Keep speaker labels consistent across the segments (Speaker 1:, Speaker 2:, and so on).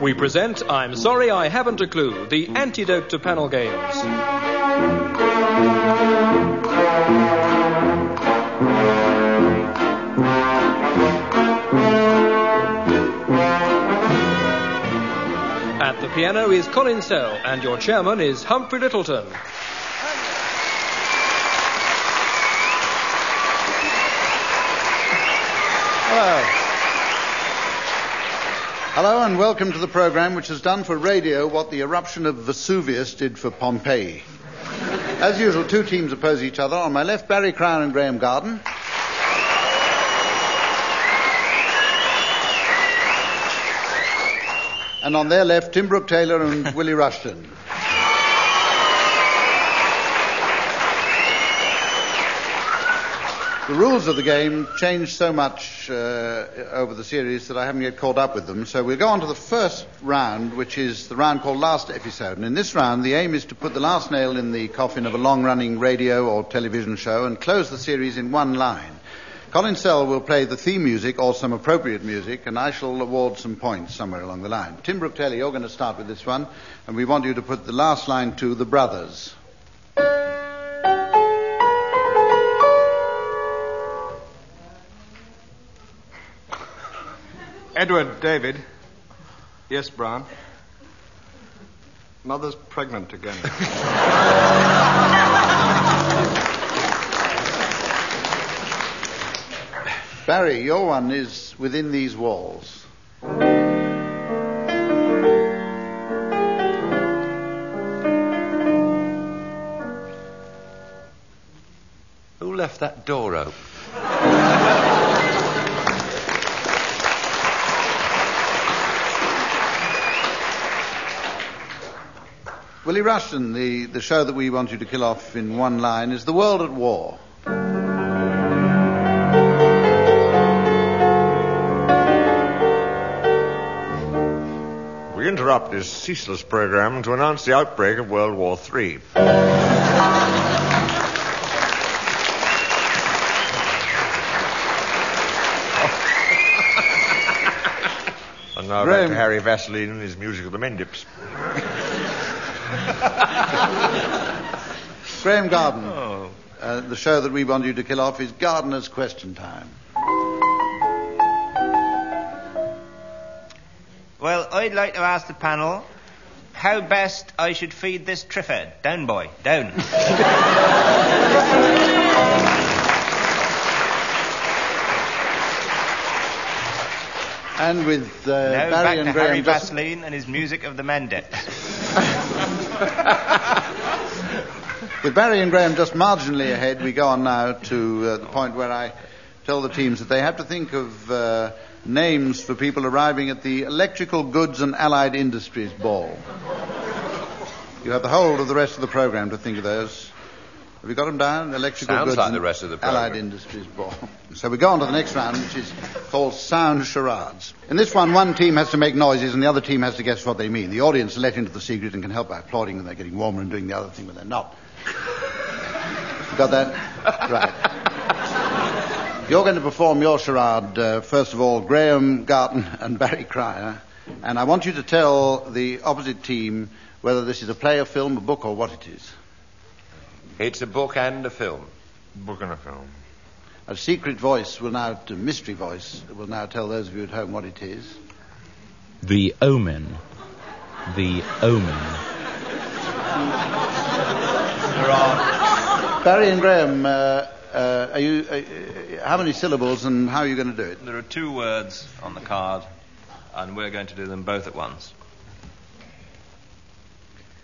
Speaker 1: We present I'm Sorry I Haven't a Clue, the antidote to panel games. At the piano is Colin Sell, and your chairman is Humphrey Littleton.
Speaker 2: Hello. Hello and welcome to the program which has done for radio what the eruption of Vesuvius did for Pompeii. As usual, two teams oppose each other. On my left, Barry Crown and Graham Garden. And on their left, Tim Brooke Taylor and Willie Rushton. The rules of the game changed so much uh, over the series that I haven't yet caught up with them. So we'll go on to the first round, which is the round called Last Episode. And in this round, the aim is to put the last nail in the coffin of a long-running radio or television show and close the series in one line. Colin Sell will play the theme music or some appropriate music, and I shall award some points somewhere along the line. Tim Brooke Taylor, you're going to start with this one, and we want you to put the last line to the brothers.
Speaker 3: Edward, David. Yes, Brown. Mother's pregnant again.
Speaker 2: Barry, your one is within these walls.
Speaker 4: Who left that door open?
Speaker 2: Willie Rushton, the, the show that we want you to kill off in one line is The World at War.
Speaker 5: We interrupt this ceaseless program to announce the outbreak of World War III. and now back
Speaker 2: Graham.
Speaker 5: to Harry Vaseline and his music of the Mendips.
Speaker 2: Graham Garden.
Speaker 6: Oh.
Speaker 2: Uh, the show that we want you to kill off is Gardener's Question Time.
Speaker 6: Well, I'd like to ask the panel how best I should feed this trifid. Down, boy, down.
Speaker 2: And with uh,
Speaker 6: now
Speaker 2: Barry
Speaker 6: back
Speaker 2: and
Speaker 6: to
Speaker 2: Graham.
Speaker 6: Harry
Speaker 2: just-
Speaker 6: Vaseline and his music of the Mendips.
Speaker 2: With Barry and Graham just marginally ahead, we go on now to uh, the point where I tell the teams that they have to think of uh, names for people arriving at the Electrical Goods and Allied Industries Ball. You have the whole of the rest of the program to think of those. Have you got them down? Electrical
Speaker 4: Sounds
Speaker 2: Goods
Speaker 4: like
Speaker 2: and
Speaker 4: the rest of the
Speaker 2: Allied
Speaker 4: programme.
Speaker 2: Industries Ball. So we go on to the next round, which is called Sound Charades. In this one, one team has to make noises and the other team has to guess what they mean. The audience are let into the secret and can help by applauding when they're getting warmer and doing the other thing when they're not. Got that? Right. You're going to perform your charade, uh, first of all, Graham Garton and Barry Cryer. And I want you to tell the opposite team whether this is a play, a film, a book, or what it is.
Speaker 4: It's a book and a film.
Speaker 5: Book and a film.
Speaker 2: A secret voice will now, a mystery voice, will now tell those of you at home what it is.
Speaker 7: The Omen. The Omen.
Speaker 2: Barry and Graham, uh, uh, are you, uh, uh, how many syllables and how are you going to do it?
Speaker 6: There are two words on the card, and we're going to do them both at once.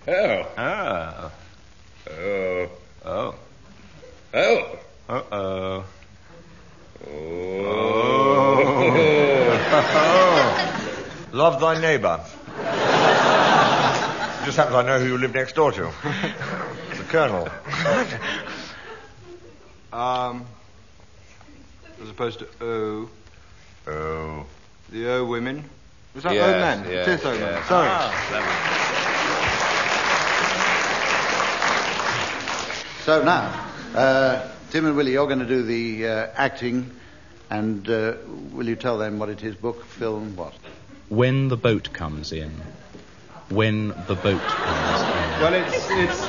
Speaker 3: Oh.
Speaker 6: Oh.
Speaker 3: Oh.
Speaker 6: Oh.
Speaker 3: Oh.
Speaker 6: Uh oh. Oh.
Speaker 5: Oh. Love thy neighbor. Just happens I know who you live next door to. the Colonel.
Speaker 3: Um, as opposed to O.
Speaker 5: Oh.
Speaker 3: The O women. Was that
Speaker 4: Yes,
Speaker 3: O men?
Speaker 4: yes,
Speaker 3: it is O men.
Speaker 4: yes. Ah,
Speaker 3: Sorry.
Speaker 2: So now, uh, Tim and Willie, you're going to do the uh, acting, and uh, will you tell them what it is book, film, what?
Speaker 7: When the boat comes in. When the boat comes in.
Speaker 3: Well, it's, it's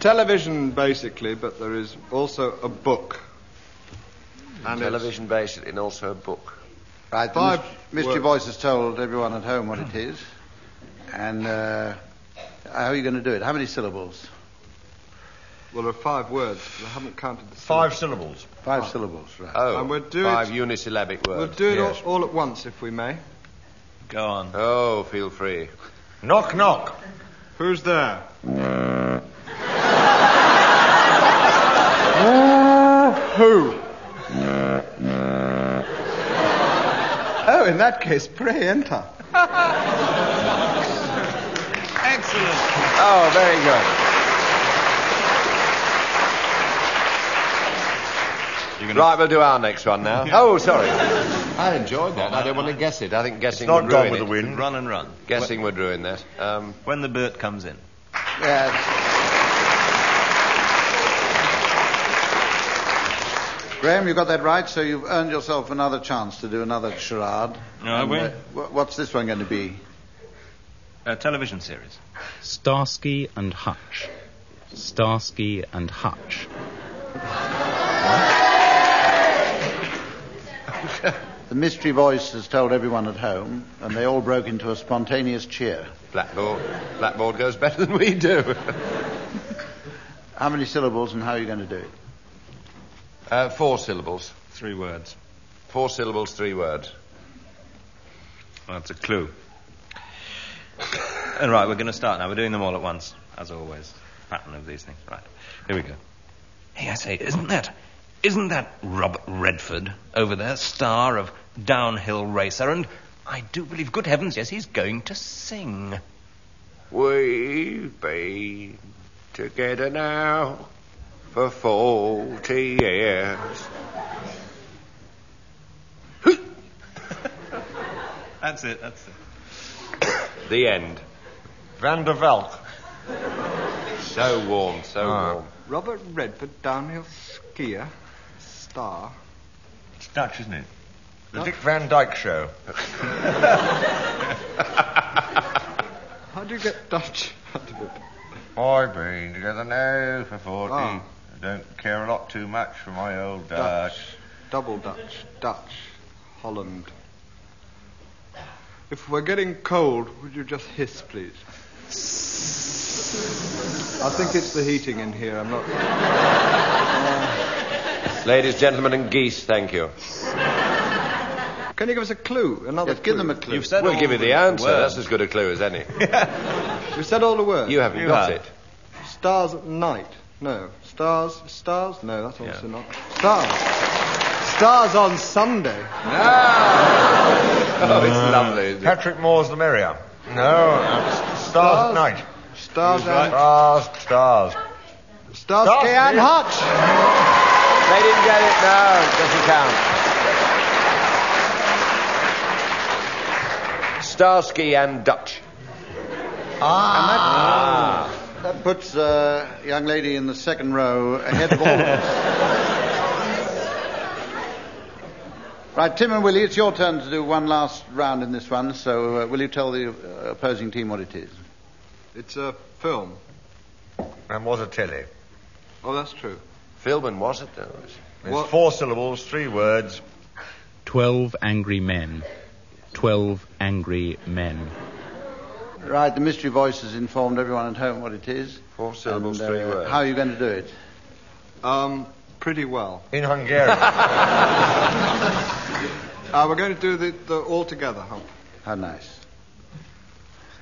Speaker 3: television basically, but there is also a book. And it's-
Speaker 4: Television basically and also a book.
Speaker 2: Right, the
Speaker 3: Five
Speaker 2: mis- Mr.
Speaker 3: words.
Speaker 2: Boyce has told everyone at home what it is. And uh, how are you going to do it? How many syllables?
Speaker 3: Well, there are five words. but I haven't counted the
Speaker 5: Five syllables.
Speaker 2: Five syllables, right.
Speaker 4: Oh,
Speaker 3: And we'll do
Speaker 4: five
Speaker 3: it-
Speaker 4: unisyllabic
Speaker 3: syllables.
Speaker 4: words.
Speaker 3: We'll do it
Speaker 4: Yes.
Speaker 3: all, all at once if we may.
Speaker 6: Go on.
Speaker 4: Oh, feel free.
Speaker 5: Knock, knock.
Speaker 3: Who's there? Who? oh, in that case, pray enter.
Speaker 6: Excellent.
Speaker 4: Oh, very good. Right, we'll do our next one now. Oh, sorry. I enjoyed that. I don't want to guess it. I think guessing
Speaker 5: It's not
Speaker 4: would
Speaker 5: gone
Speaker 4: ruin
Speaker 5: with the
Speaker 4: it.
Speaker 5: wind.
Speaker 6: Run and run.
Speaker 4: Guessing would ruin that. Um,
Speaker 6: When the bird comes in.
Speaker 2: Yes. Graham, you got that right, so you've earned yourself another chance to do another charade.
Speaker 6: Have we?
Speaker 2: Uh, wh- what's this one going to be?
Speaker 6: A television series.
Speaker 7: Starsky and Hutch. Starsky and Hutch.
Speaker 2: The mystery voice has told everyone at home, and they all broke into a spontaneous cheer.
Speaker 4: blackboard. Blackboard goes better than we do.
Speaker 2: How many syllables and how are you going to do it?
Speaker 4: uh, four syllables.
Speaker 6: Three words.
Speaker 4: Four syllables, three words.
Speaker 6: That's a clue. All right, we're going to start now. We're doing them all at once, as always. Pattern of these things. Right. Here we go. Hey, I say, isn't that, isn't that Robert Redford over there, star of Downhill Racer? And I do believe, good heavens, yes, he's going to sing.
Speaker 4: We've been together now for 40 years.
Speaker 6: That's it. That's it.
Speaker 4: The end.
Speaker 5: Van der Valk.
Speaker 4: So warm, so
Speaker 5: Ah.
Speaker 4: warm.
Speaker 3: Robert Redford, downhill skier, star.
Speaker 5: It's Dutch, isn't it? The Dick Van Dyke Show.
Speaker 3: How do you get Dutch out of it?
Speaker 5: I've been together now for 40.
Speaker 3: Ah.
Speaker 5: I don't care a lot too much for my old Dutch.
Speaker 3: Double Dutch, Dutch, Holland. If we're getting cold, would you just hiss, please? I think it's the heating in here. I'm not.
Speaker 4: Ladies, gentlemen, and geese, thank you.
Speaker 3: Can you give us a clue? Another.
Speaker 2: Yes, give
Speaker 3: clue?
Speaker 2: them a clue.
Speaker 6: You've said
Speaker 4: We'll
Speaker 6: all
Speaker 4: give you the answer.
Speaker 6: words.
Speaker 4: That's as good a clue as any.
Speaker 3: You said all the words.
Speaker 4: You haven't got
Speaker 6: have.
Speaker 4: it.
Speaker 3: Stars at night. No. Stars. Stars. No, that's also
Speaker 6: Yeah.
Speaker 3: not. Stars. Stars on Sunday.
Speaker 4: Oh, it's lovely. isn't it?
Speaker 5: Patrick Moore's The Merrier. No, uh, Stars at Night.
Speaker 3: Stars and
Speaker 5: Stars, stars.
Speaker 3: Stars. Kay and Hutch.
Speaker 4: They didn't get it. No, it doesn't count. Starsky and Dutch.
Speaker 5: Ah.
Speaker 2: That puts uh, young lady in the second row ahead of all of us. Right, Tim and Willie, it's your turn to do one last round in this one. So, uh, will you tell the uh, opposing team what it is?
Speaker 3: It's a film.
Speaker 5: And was a telly.
Speaker 3: Oh, that's true.
Speaker 4: Philman was it? No, it was-
Speaker 5: It's
Speaker 3: What-
Speaker 5: four syllables, three words.
Speaker 7: Twelve angry men. Twelve angry men.
Speaker 2: Right, the mystery voice has informed everyone at home what it is.
Speaker 4: Four syllables,
Speaker 2: And, uh,
Speaker 4: three words.
Speaker 2: How are you going to do it?
Speaker 3: Um, pretty well.
Speaker 5: In Hungarian.
Speaker 3: Uh, we're going to do the, the all together hump.
Speaker 2: How nice.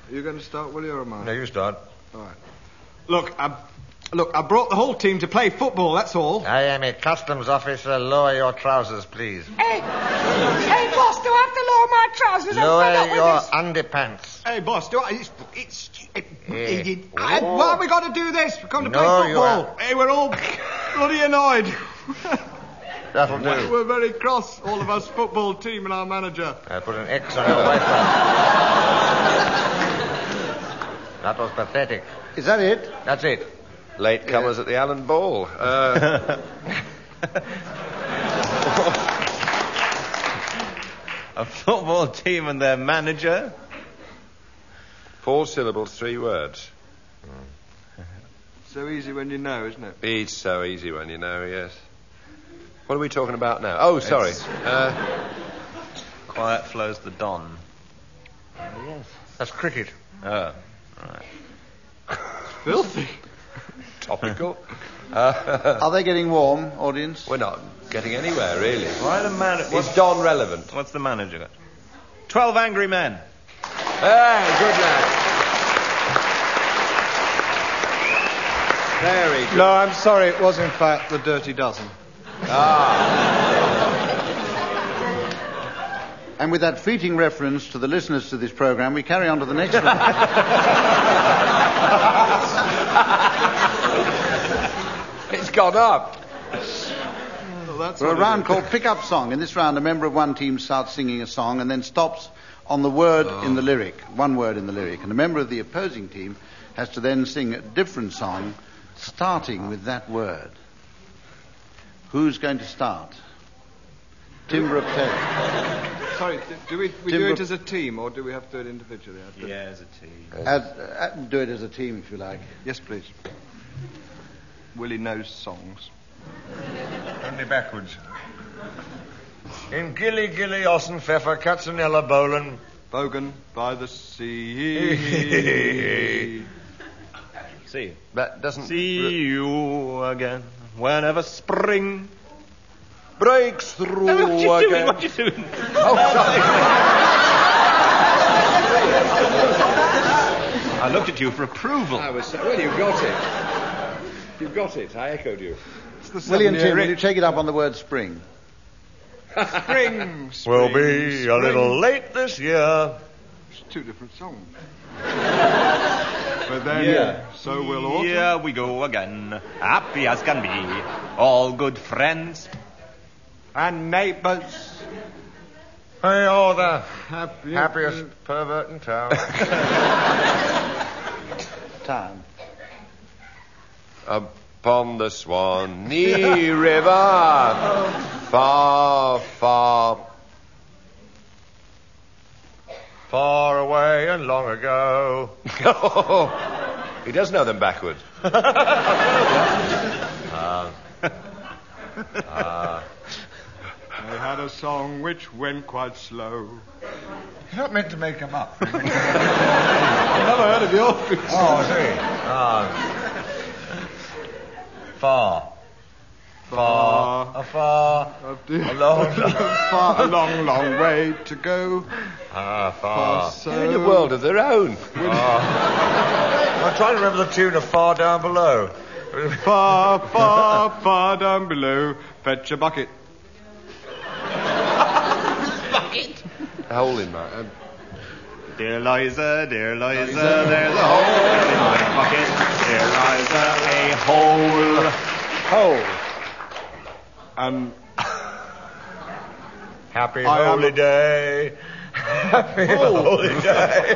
Speaker 3: Are you going to start, Willie, or am I?
Speaker 5: no, you start.
Speaker 3: All right. Look, I, look, I brought the whole team to play football. That's all.
Speaker 5: I am a customs officer. Lower your trousers, please.
Speaker 8: Hey, hey, boss, do I have to lower my trousers? I'm fed
Speaker 5: Lower
Speaker 8: up with
Speaker 5: your
Speaker 8: this.
Speaker 5: underpants.
Speaker 3: Hey, boss, do I? It's, it's, it,
Speaker 5: Yeah.
Speaker 3: it- I- why have we got to do this? We've got to
Speaker 5: No,
Speaker 3: play
Speaker 5: you
Speaker 3: football. Hey, we're all bloody annoyed.
Speaker 5: That'll do.
Speaker 3: we're very cross, all of us, football team and our manager.
Speaker 5: I Uh, put an X on your white front. That was pathetic.
Speaker 2: Is that it?
Speaker 5: That's it.
Speaker 4: Late comers at the Allen Ball. Uh,
Speaker 6: A football team and their manager?
Speaker 4: Four syllables, three words.
Speaker 3: So easy when you know, isn't it?
Speaker 4: It's so easy when you know, yes. What are we talking about now? Oh, sorry.
Speaker 6: It's-
Speaker 4: Uh,
Speaker 6: Quiet flows the Don.
Speaker 5: Oh, That's cricket.
Speaker 6: Oh, right.
Speaker 3: Filthy.
Speaker 4: topical.
Speaker 2: Are they getting warm, audience?
Speaker 4: We're not getting anywhere, really.
Speaker 6: Why the man?
Speaker 4: Is Don relevant?
Speaker 6: What's the manager got? Twelve angry men.
Speaker 4: Hey, good lad. Very good.
Speaker 3: No, I'm sorry, it was in fact the Dirty Dozen.
Speaker 2: And with that fleeting reference to the listeners to this program, we carry on to the next round.
Speaker 4: It's gone up.
Speaker 2: For a round called Pick Up Song. In this round, a member of one team starts singing a song and then stops on the word
Speaker 3: Oh.
Speaker 2: in the lyric, one word in the lyric. And a member of the opposing team has to then sing a different song starting with that word. Who's going to start? Timber of Terror.
Speaker 3: Sorry, do, do we, we do
Speaker 2: Timber-
Speaker 3: it as a team or do we have to do it individually? I don't-
Speaker 6: Yeah, as a team.
Speaker 2: As, uh, do it as a team, if you like.
Speaker 3: Yes, please. Willie knows songs.
Speaker 5: Only backwards. In Gilly Gilly, Ossen Pfeffer, Katzenella, Bolan.
Speaker 3: Bogan by the sea.
Speaker 6: See you.
Speaker 4: That doesn't.
Speaker 6: See you again whenever spring
Speaker 4: Breaks through again.
Speaker 6: you doing?
Speaker 4: Oh, sorry.
Speaker 6: I looked at you for approval.
Speaker 4: I was so- well, you got it. You got it. I echoed you.
Speaker 3: It's the
Speaker 2: Willie and
Speaker 3: seven-year
Speaker 2: Tim, will you
Speaker 3: itch.
Speaker 2: take it up on the word spring?
Speaker 3: Spring, spring.
Speaker 5: We'll be a
Speaker 3: spring.
Speaker 5: little late this year.
Speaker 3: It's two different songs. but then, so will autumn.
Speaker 6: Here we go again, happy as can be, all good friends.
Speaker 3: And neighbours.
Speaker 5: Hey, all the
Speaker 3: Happy.
Speaker 5: happiest pervert in town.
Speaker 2: Time.
Speaker 4: Upon the Swanee River, far, far.
Speaker 5: Far away and long ago.
Speaker 4: Oh, he does know them backwards.
Speaker 3: They had a song which went quite slow.
Speaker 5: You're not meant to make them up.
Speaker 3: Never heard of your
Speaker 5: Oh, I see. Ah. Far. Far.
Speaker 3: Far.
Speaker 5: Afar.
Speaker 3: A
Speaker 5: long-
Speaker 3: far, a long, long way to go.
Speaker 5: Ah,
Speaker 3: Far
Speaker 5: far.
Speaker 4: They're in
Speaker 3: so
Speaker 4: a world of their own.
Speaker 5: I'm trying to remember the tune of Far Down Below.
Speaker 3: far, far, far down below. Fetch a bucket.
Speaker 4: A hole in my. um,
Speaker 6: Dear Liza, dear Liza, there's a hole in my pocket. Dear Liza, a hole. Um,
Speaker 3: And
Speaker 5: Happy
Speaker 3: I am-
Speaker 5: Holy Day. Happy Holy Day.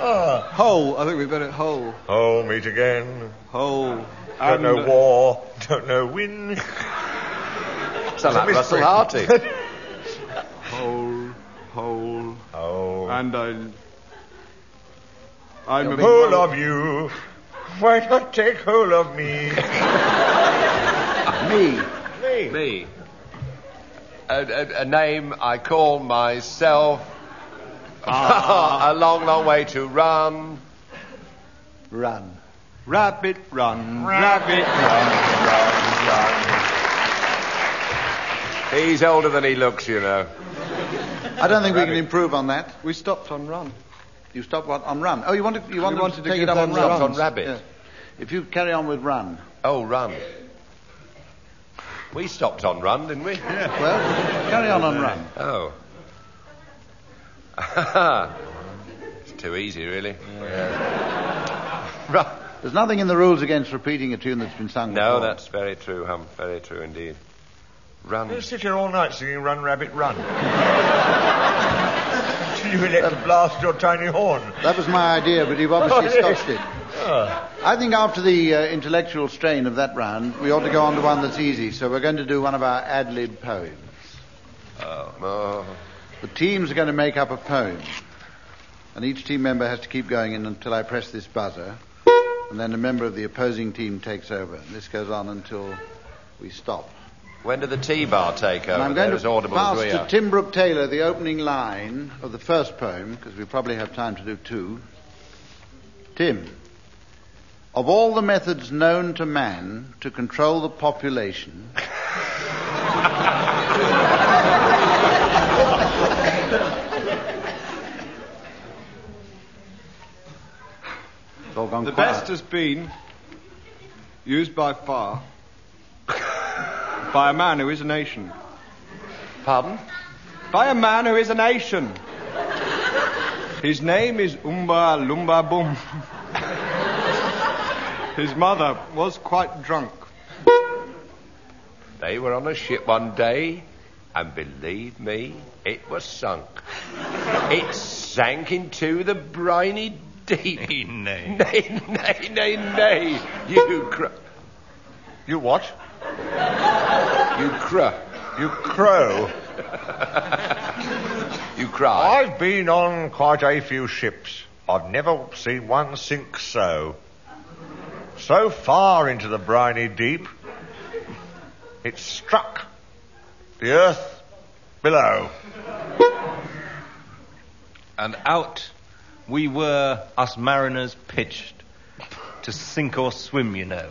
Speaker 5: Ah.
Speaker 3: hole. I think we better hole.
Speaker 5: Oh, meet again.
Speaker 3: Hole.
Speaker 5: Don't
Speaker 3: And
Speaker 5: know war. Don't know win.
Speaker 4: Sound like
Speaker 5: Mystery.
Speaker 4: Russell Harty.
Speaker 3: hole. Hole.
Speaker 5: Oh.
Speaker 3: And I. I'm a
Speaker 5: Who of you? Why not take hold of me?
Speaker 2: Me.
Speaker 5: me.
Speaker 4: Me. A, a, a name I call myself.
Speaker 2: Ah.
Speaker 4: a long, long way to run.
Speaker 2: Run.
Speaker 3: Rabbit run, rabbit run.
Speaker 4: He's older than he looks, you know.
Speaker 2: I don't think we can improve on that.
Speaker 3: We stopped on run.
Speaker 2: You stop what, on run. Oh, you want to, you want
Speaker 3: We
Speaker 2: them
Speaker 3: wanted to
Speaker 2: take
Speaker 3: give
Speaker 2: it up
Speaker 3: them
Speaker 2: on
Speaker 4: runs.
Speaker 2: run.
Speaker 4: On rabbit.
Speaker 2: If you carry on with run,
Speaker 4: Oh, run. We stopped on run, didn't we?
Speaker 2: well, carry on on run.
Speaker 4: Oh. it's too easy, really. Right.
Speaker 2: There's nothing in the rules against repeating a tune that's been sung.
Speaker 4: No,
Speaker 2: before.
Speaker 4: that's very true, Hum. Very true indeed. Run.
Speaker 5: You sit here all night singing Run Rabbit Run. Till you elect to blast your tiny horn.
Speaker 2: that was my idea, but you've obviously
Speaker 5: Oh, really?
Speaker 2: scotched it.
Speaker 5: Ah.
Speaker 2: I think after the uh, intellectual strain of that round, we ought to go on to one that's easy. So we're going to do one of our ad lib poems.
Speaker 4: Oh.
Speaker 2: The teams are going to make up a poem. And each team member has to keep going in until I press this buzzer. And then a member of the opposing team takes over. And this goes on until we stop.
Speaker 4: When did the tea bar take over?
Speaker 2: and I'm going
Speaker 4: They're
Speaker 2: to
Speaker 4: as audible
Speaker 2: pass
Speaker 4: as we
Speaker 2: to
Speaker 4: are.
Speaker 2: Tim Brooke Taylor the opening line of the first poem, because we probably have time to do two. Tim, of all the methods known to man to control the population, It's all gone
Speaker 3: The
Speaker 2: quiet.
Speaker 3: best has been used by far by a man who is a nation.
Speaker 4: Pardon?
Speaker 3: By a man who is a nation. His name is Umba Lumba Bum. His mother was quite drunk.
Speaker 4: They were on a ship one day, and believe me, it was sunk. it sank into the briny deep.
Speaker 6: Nay, nay.
Speaker 4: nay, nay, nay, nay. You cr. You what? you cr.
Speaker 5: You crow.
Speaker 4: You cry.
Speaker 5: I've been on quite a few ships. I've never seen one sink so. So far into the briny deep, it struck the earth below.
Speaker 6: And out we were, us mariners pitched, to sink or swim, you know.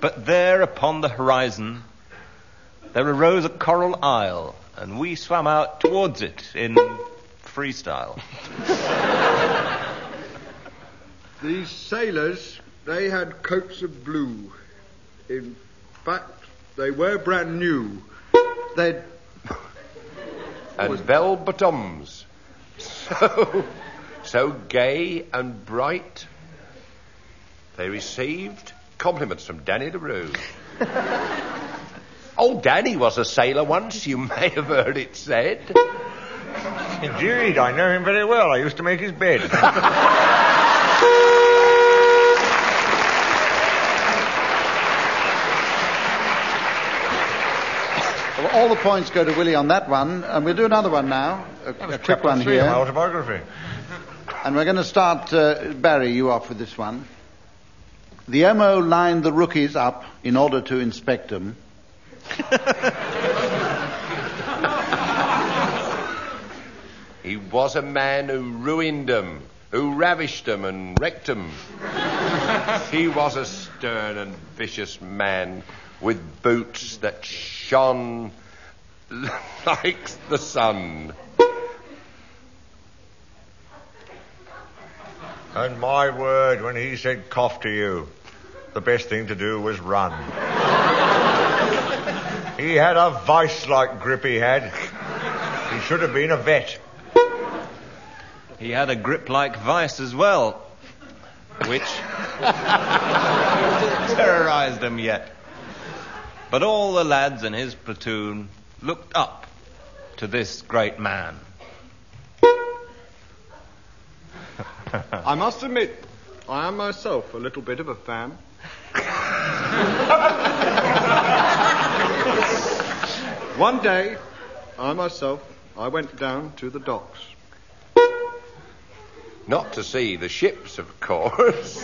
Speaker 6: But there upon the horizon, there arose a coral isle, and we swam out towards it in freestyle.
Speaker 3: These sailors, they had coats of blue. In fact, they were brand new. They'd
Speaker 4: and bell bottoms. So, so gay and bright. They received compliments from Danny LaRue. Old Danny was a sailor once, you may have heard it said.
Speaker 5: Indeed, I know him very well. I used to make his bed.
Speaker 2: Well, all the points go to Willie on that one, and we'll do another one now, a, a quick one
Speaker 5: Three,
Speaker 2: here.
Speaker 5: my autobiography.
Speaker 2: And we're going to start, uh, Barry, you off with this one. The MO lined the rookies up in order to inspect them.
Speaker 4: He was a man who ruined them, who ravished them and wrecked them. he was a stern and vicious man with boots that shone like the sun.
Speaker 5: And my word, when he said cough to you, the best thing to do was run. he had a vice like grip he had. He should have been a vet.
Speaker 6: He had a grip like vice as well, which terrorized them yet. But all the lads in his platoon looked up to this great man.
Speaker 3: I must admit, I am myself a little bit of a fan. One day, I myself, I went down to the docks.
Speaker 4: Not to see the ships, of course.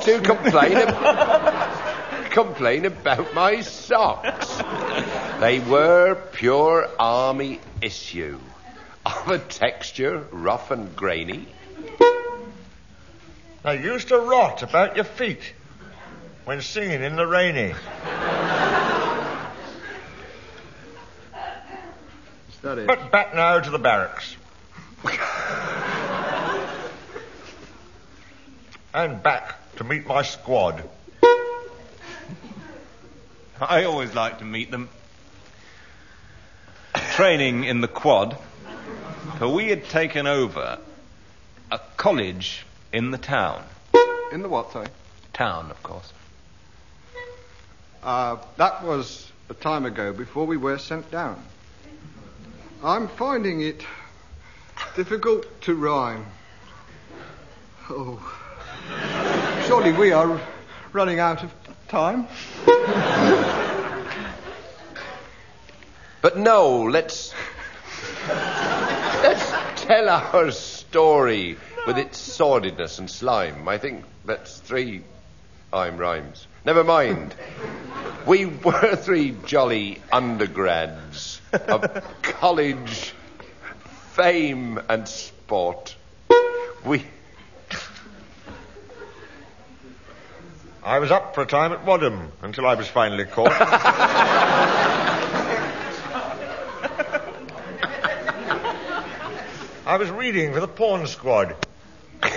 Speaker 4: to complain, ab- complain about my socks. They were pure army issue, of a texture rough and grainy.
Speaker 5: They used to rot about your feet when singing in the rainy.
Speaker 3: Is that it?
Speaker 5: But back now to the barracks. and back to meet my squad.
Speaker 6: I always like to meet them. Training in the quad, for we had taken over a college in the town.
Speaker 3: In the what, sorry?
Speaker 6: Town, of course.
Speaker 3: Uh, that was a time ago, before we were sent down. I'm finding it difficult to rhyme. Oh. Surely we are running out of time.
Speaker 4: But no, let's. let's tell our story with its sordidness and slime. I think that's three I'm rhymes. Never mind. We were three jolly undergrads of college, fame, and sport. We.
Speaker 5: I was up for a time at Wadham until I was finally caught. I was reading for the pawn squad. Well,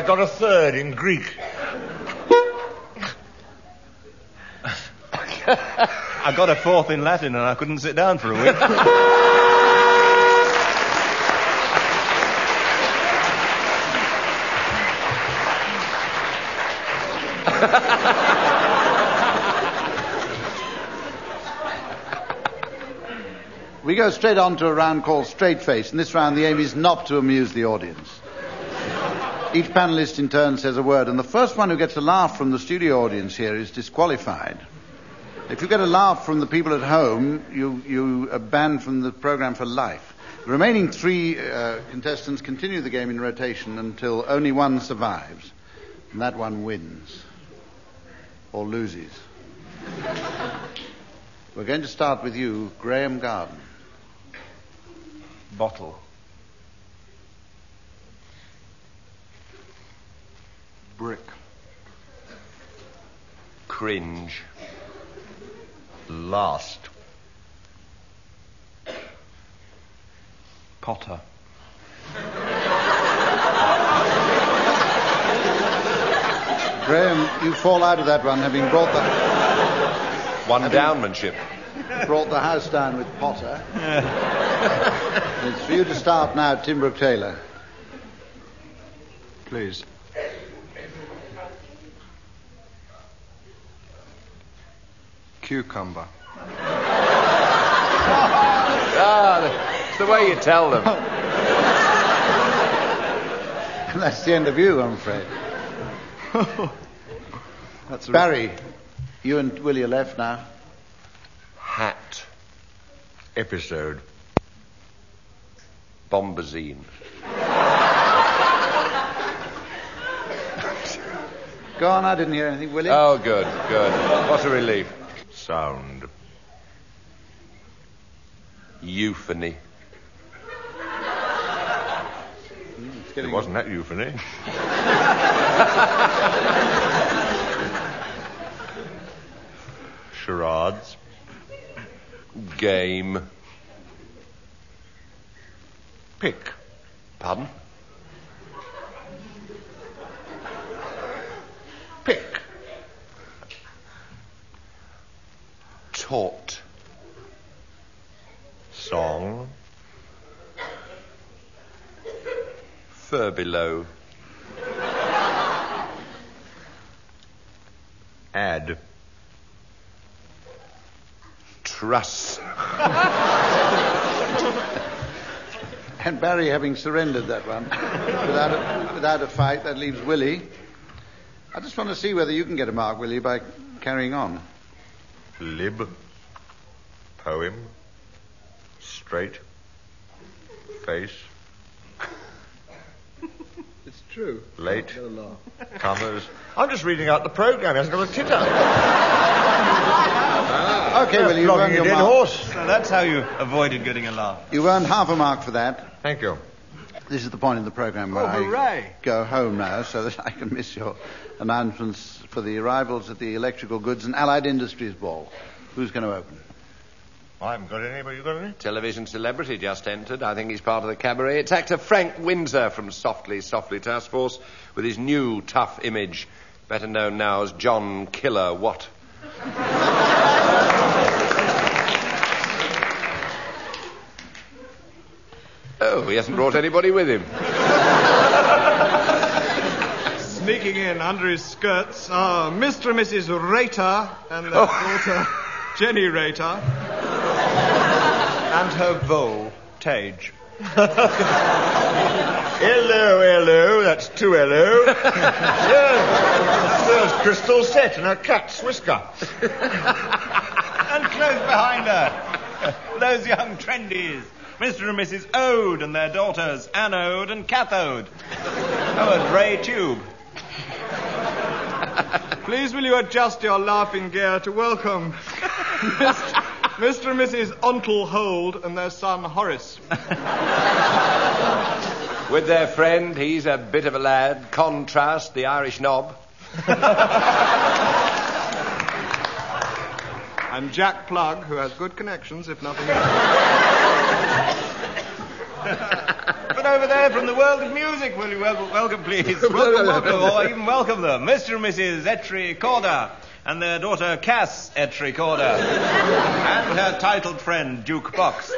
Speaker 5: I got a third in Greek.
Speaker 6: I got a fourth in Latin and I couldn't sit down for a week.
Speaker 2: We go straight on to a round called Straight Face, and this round the aim is not to amuse the audience. Each panelist in turn says a word, and the first one who gets a laugh from the studio audience here is disqualified. If you get a laugh from the people at home, you, you are banned from the program for life. The remaining three uh, contestants continue the game in rotation until only one survives, and that one wins or loses. We're going to start with you, Graham Garden.
Speaker 6: Bottle.
Speaker 3: Brick.
Speaker 4: Cringe.
Speaker 5: Last.
Speaker 6: Potter.
Speaker 2: Graham, you fall out of that one, having brought the,
Speaker 4: One downmanship.
Speaker 2: brought the house down with Potter. And it's for you to start now, Tim Brooke Taylor.
Speaker 3: Please. Cucumber.
Speaker 4: Ah, it's the way you tell them.
Speaker 2: That's the end of you, I'm afraid.
Speaker 3: That's a
Speaker 2: Barry, you and Willie are left now.
Speaker 4: Hat.
Speaker 5: Episode.
Speaker 4: Bombazine.
Speaker 2: Go on, I didn't hear anything, Willie.
Speaker 3: Uh,
Speaker 4: Oh, good, good. What a relief.
Speaker 5: Sound.
Speaker 4: Euphony.
Speaker 2: It's
Speaker 5: It
Speaker 2: getting-
Speaker 5: wasn't that euphony. Charades.
Speaker 4: Game.
Speaker 5: Pick.
Speaker 4: Pardon?
Speaker 5: Pick.
Speaker 4: Taught.
Speaker 5: Song.
Speaker 4: Furbelow.
Speaker 5: Add.
Speaker 4: Truss.
Speaker 2: And Barry having surrendered that one without a, without a fight, that leaves Willie. I just want to see whether you can get a mark, Willie, by carrying on.
Speaker 5: Lib. Poem. Straight. Face.
Speaker 3: It's true.
Speaker 5: Late.
Speaker 3: Got a laugh.
Speaker 5: Commas. I'm just reading out the programme. He hasn't got a titter.
Speaker 2: okay, Willie, you've earned
Speaker 5: Flogging a
Speaker 2: your
Speaker 5: dead
Speaker 2: mark.
Speaker 5: horse.
Speaker 6: So that's how you avoided getting a laugh.
Speaker 2: You've earned half a mark for that.
Speaker 5: Thank you.
Speaker 2: This is the point in the programme where
Speaker 3: Oh, hooray.
Speaker 2: I go home now so that I can miss your announcements for the arrivals at the Electrical Goods and Allied Industries Ball. Who's going to open?
Speaker 5: I haven't got any, but you got any?
Speaker 4: Television celebrity just entered. I think he's part of the cabaret. It's actor Frank Windsor from Softly, Softly Task Force with his new tough image, better known now as John Killer Watt. oh, he hasn't brought anybody with him.
Speaker 9: Sneaking in under his skirts are Mr. and Mrs. Rater and their daughter, Jenny Rater, and her beau, Tage.
Speaker 5: Hello, hello. That's two hello. There's there's Crystal set and her cat's whisker.
Speaker 6: and close behind her. Those young trendies. Mr. and Mrs. Ode and their daughters, Anode and Cathode. Oh, and Ray Tube.
Speaker 9: Please will you adjust your laughing gear to welcome Mr. and Mrs. Ontle Hold and their son Horace.
Speaker 4: With their friend, he's a bit of a lad. Contrast the Irish knob.
Speaker 9: And Jack Plug, who has good connections, if nothing else.
Speaker 6: But over there from the world of music, will you welcome, welcome please? Welcome, welcome, or even welcome them. Mr. and Mrs. Etri Corda and their daughter Cass Etri Corda and her titled friend Duke Box.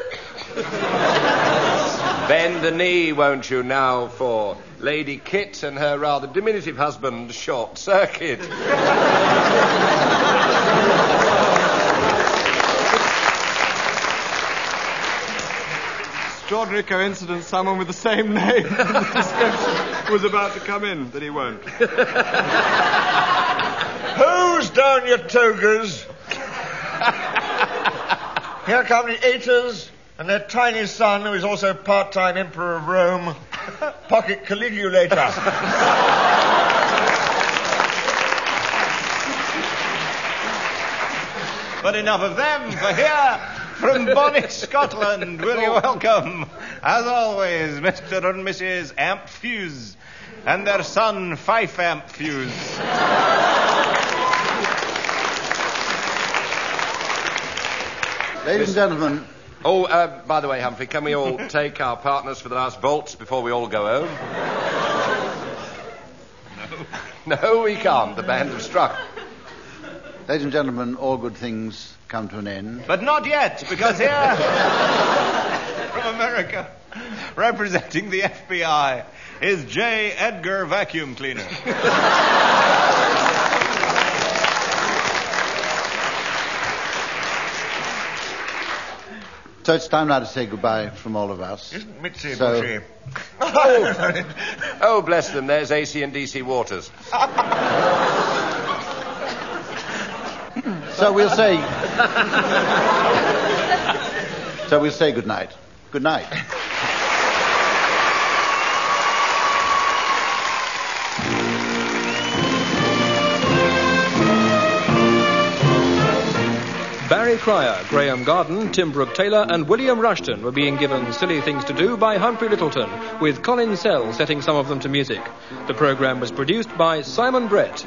Speaker 4: Bend the knee, won't you, now for Lady Kit and her rather diminutive husband, Short Circuit.
Speaker 9: Extraordinary coincidence, someone with the same name in the description was about to come in, but he won't.
Speaker 5: Hose down your togas. Here come the eaters and their tiny son, who is also part-time emperor of Rome, pocket Caligulator.
Speaker 6: But enough of them, for here from Bonnet, Scotland, will you welcome, as always, Mr. and Mrs. Amp Fuse and their son, Fife Amp Fuse.
Speaker 2: Ladies and gentlemen,
Speaker 4: Oh, uh, by the way, Humphrey, can we all take our partners for the last waltz before we all go home? No. No, we can't. The band have struck.
Speaker 2: ladies and gentlemen, all good things come to an end.
Speaker 6: But not yet, because here from America, representing the FBI, is J. Edgar Vacuum Cleaner.
Speaker 2: So it's time now to say goodbye from all of us.
Speaker 5: Isn't Mitzi
Speaker 2: So-
Speaker 5: Bushy?
Speaker 4: Oh, bless them. There's AC and DC Waters.
Speaker 2: So we'll say. so we'll say good night. Good night.
Speaker 1: Barry Cryer, Graham Garden, Tim Brooke Taylor, and William Rushton were being given silly things to do by Humphrey Littleton, with Colin Sell setting some of them to music. The programme was produced by Simon Brett.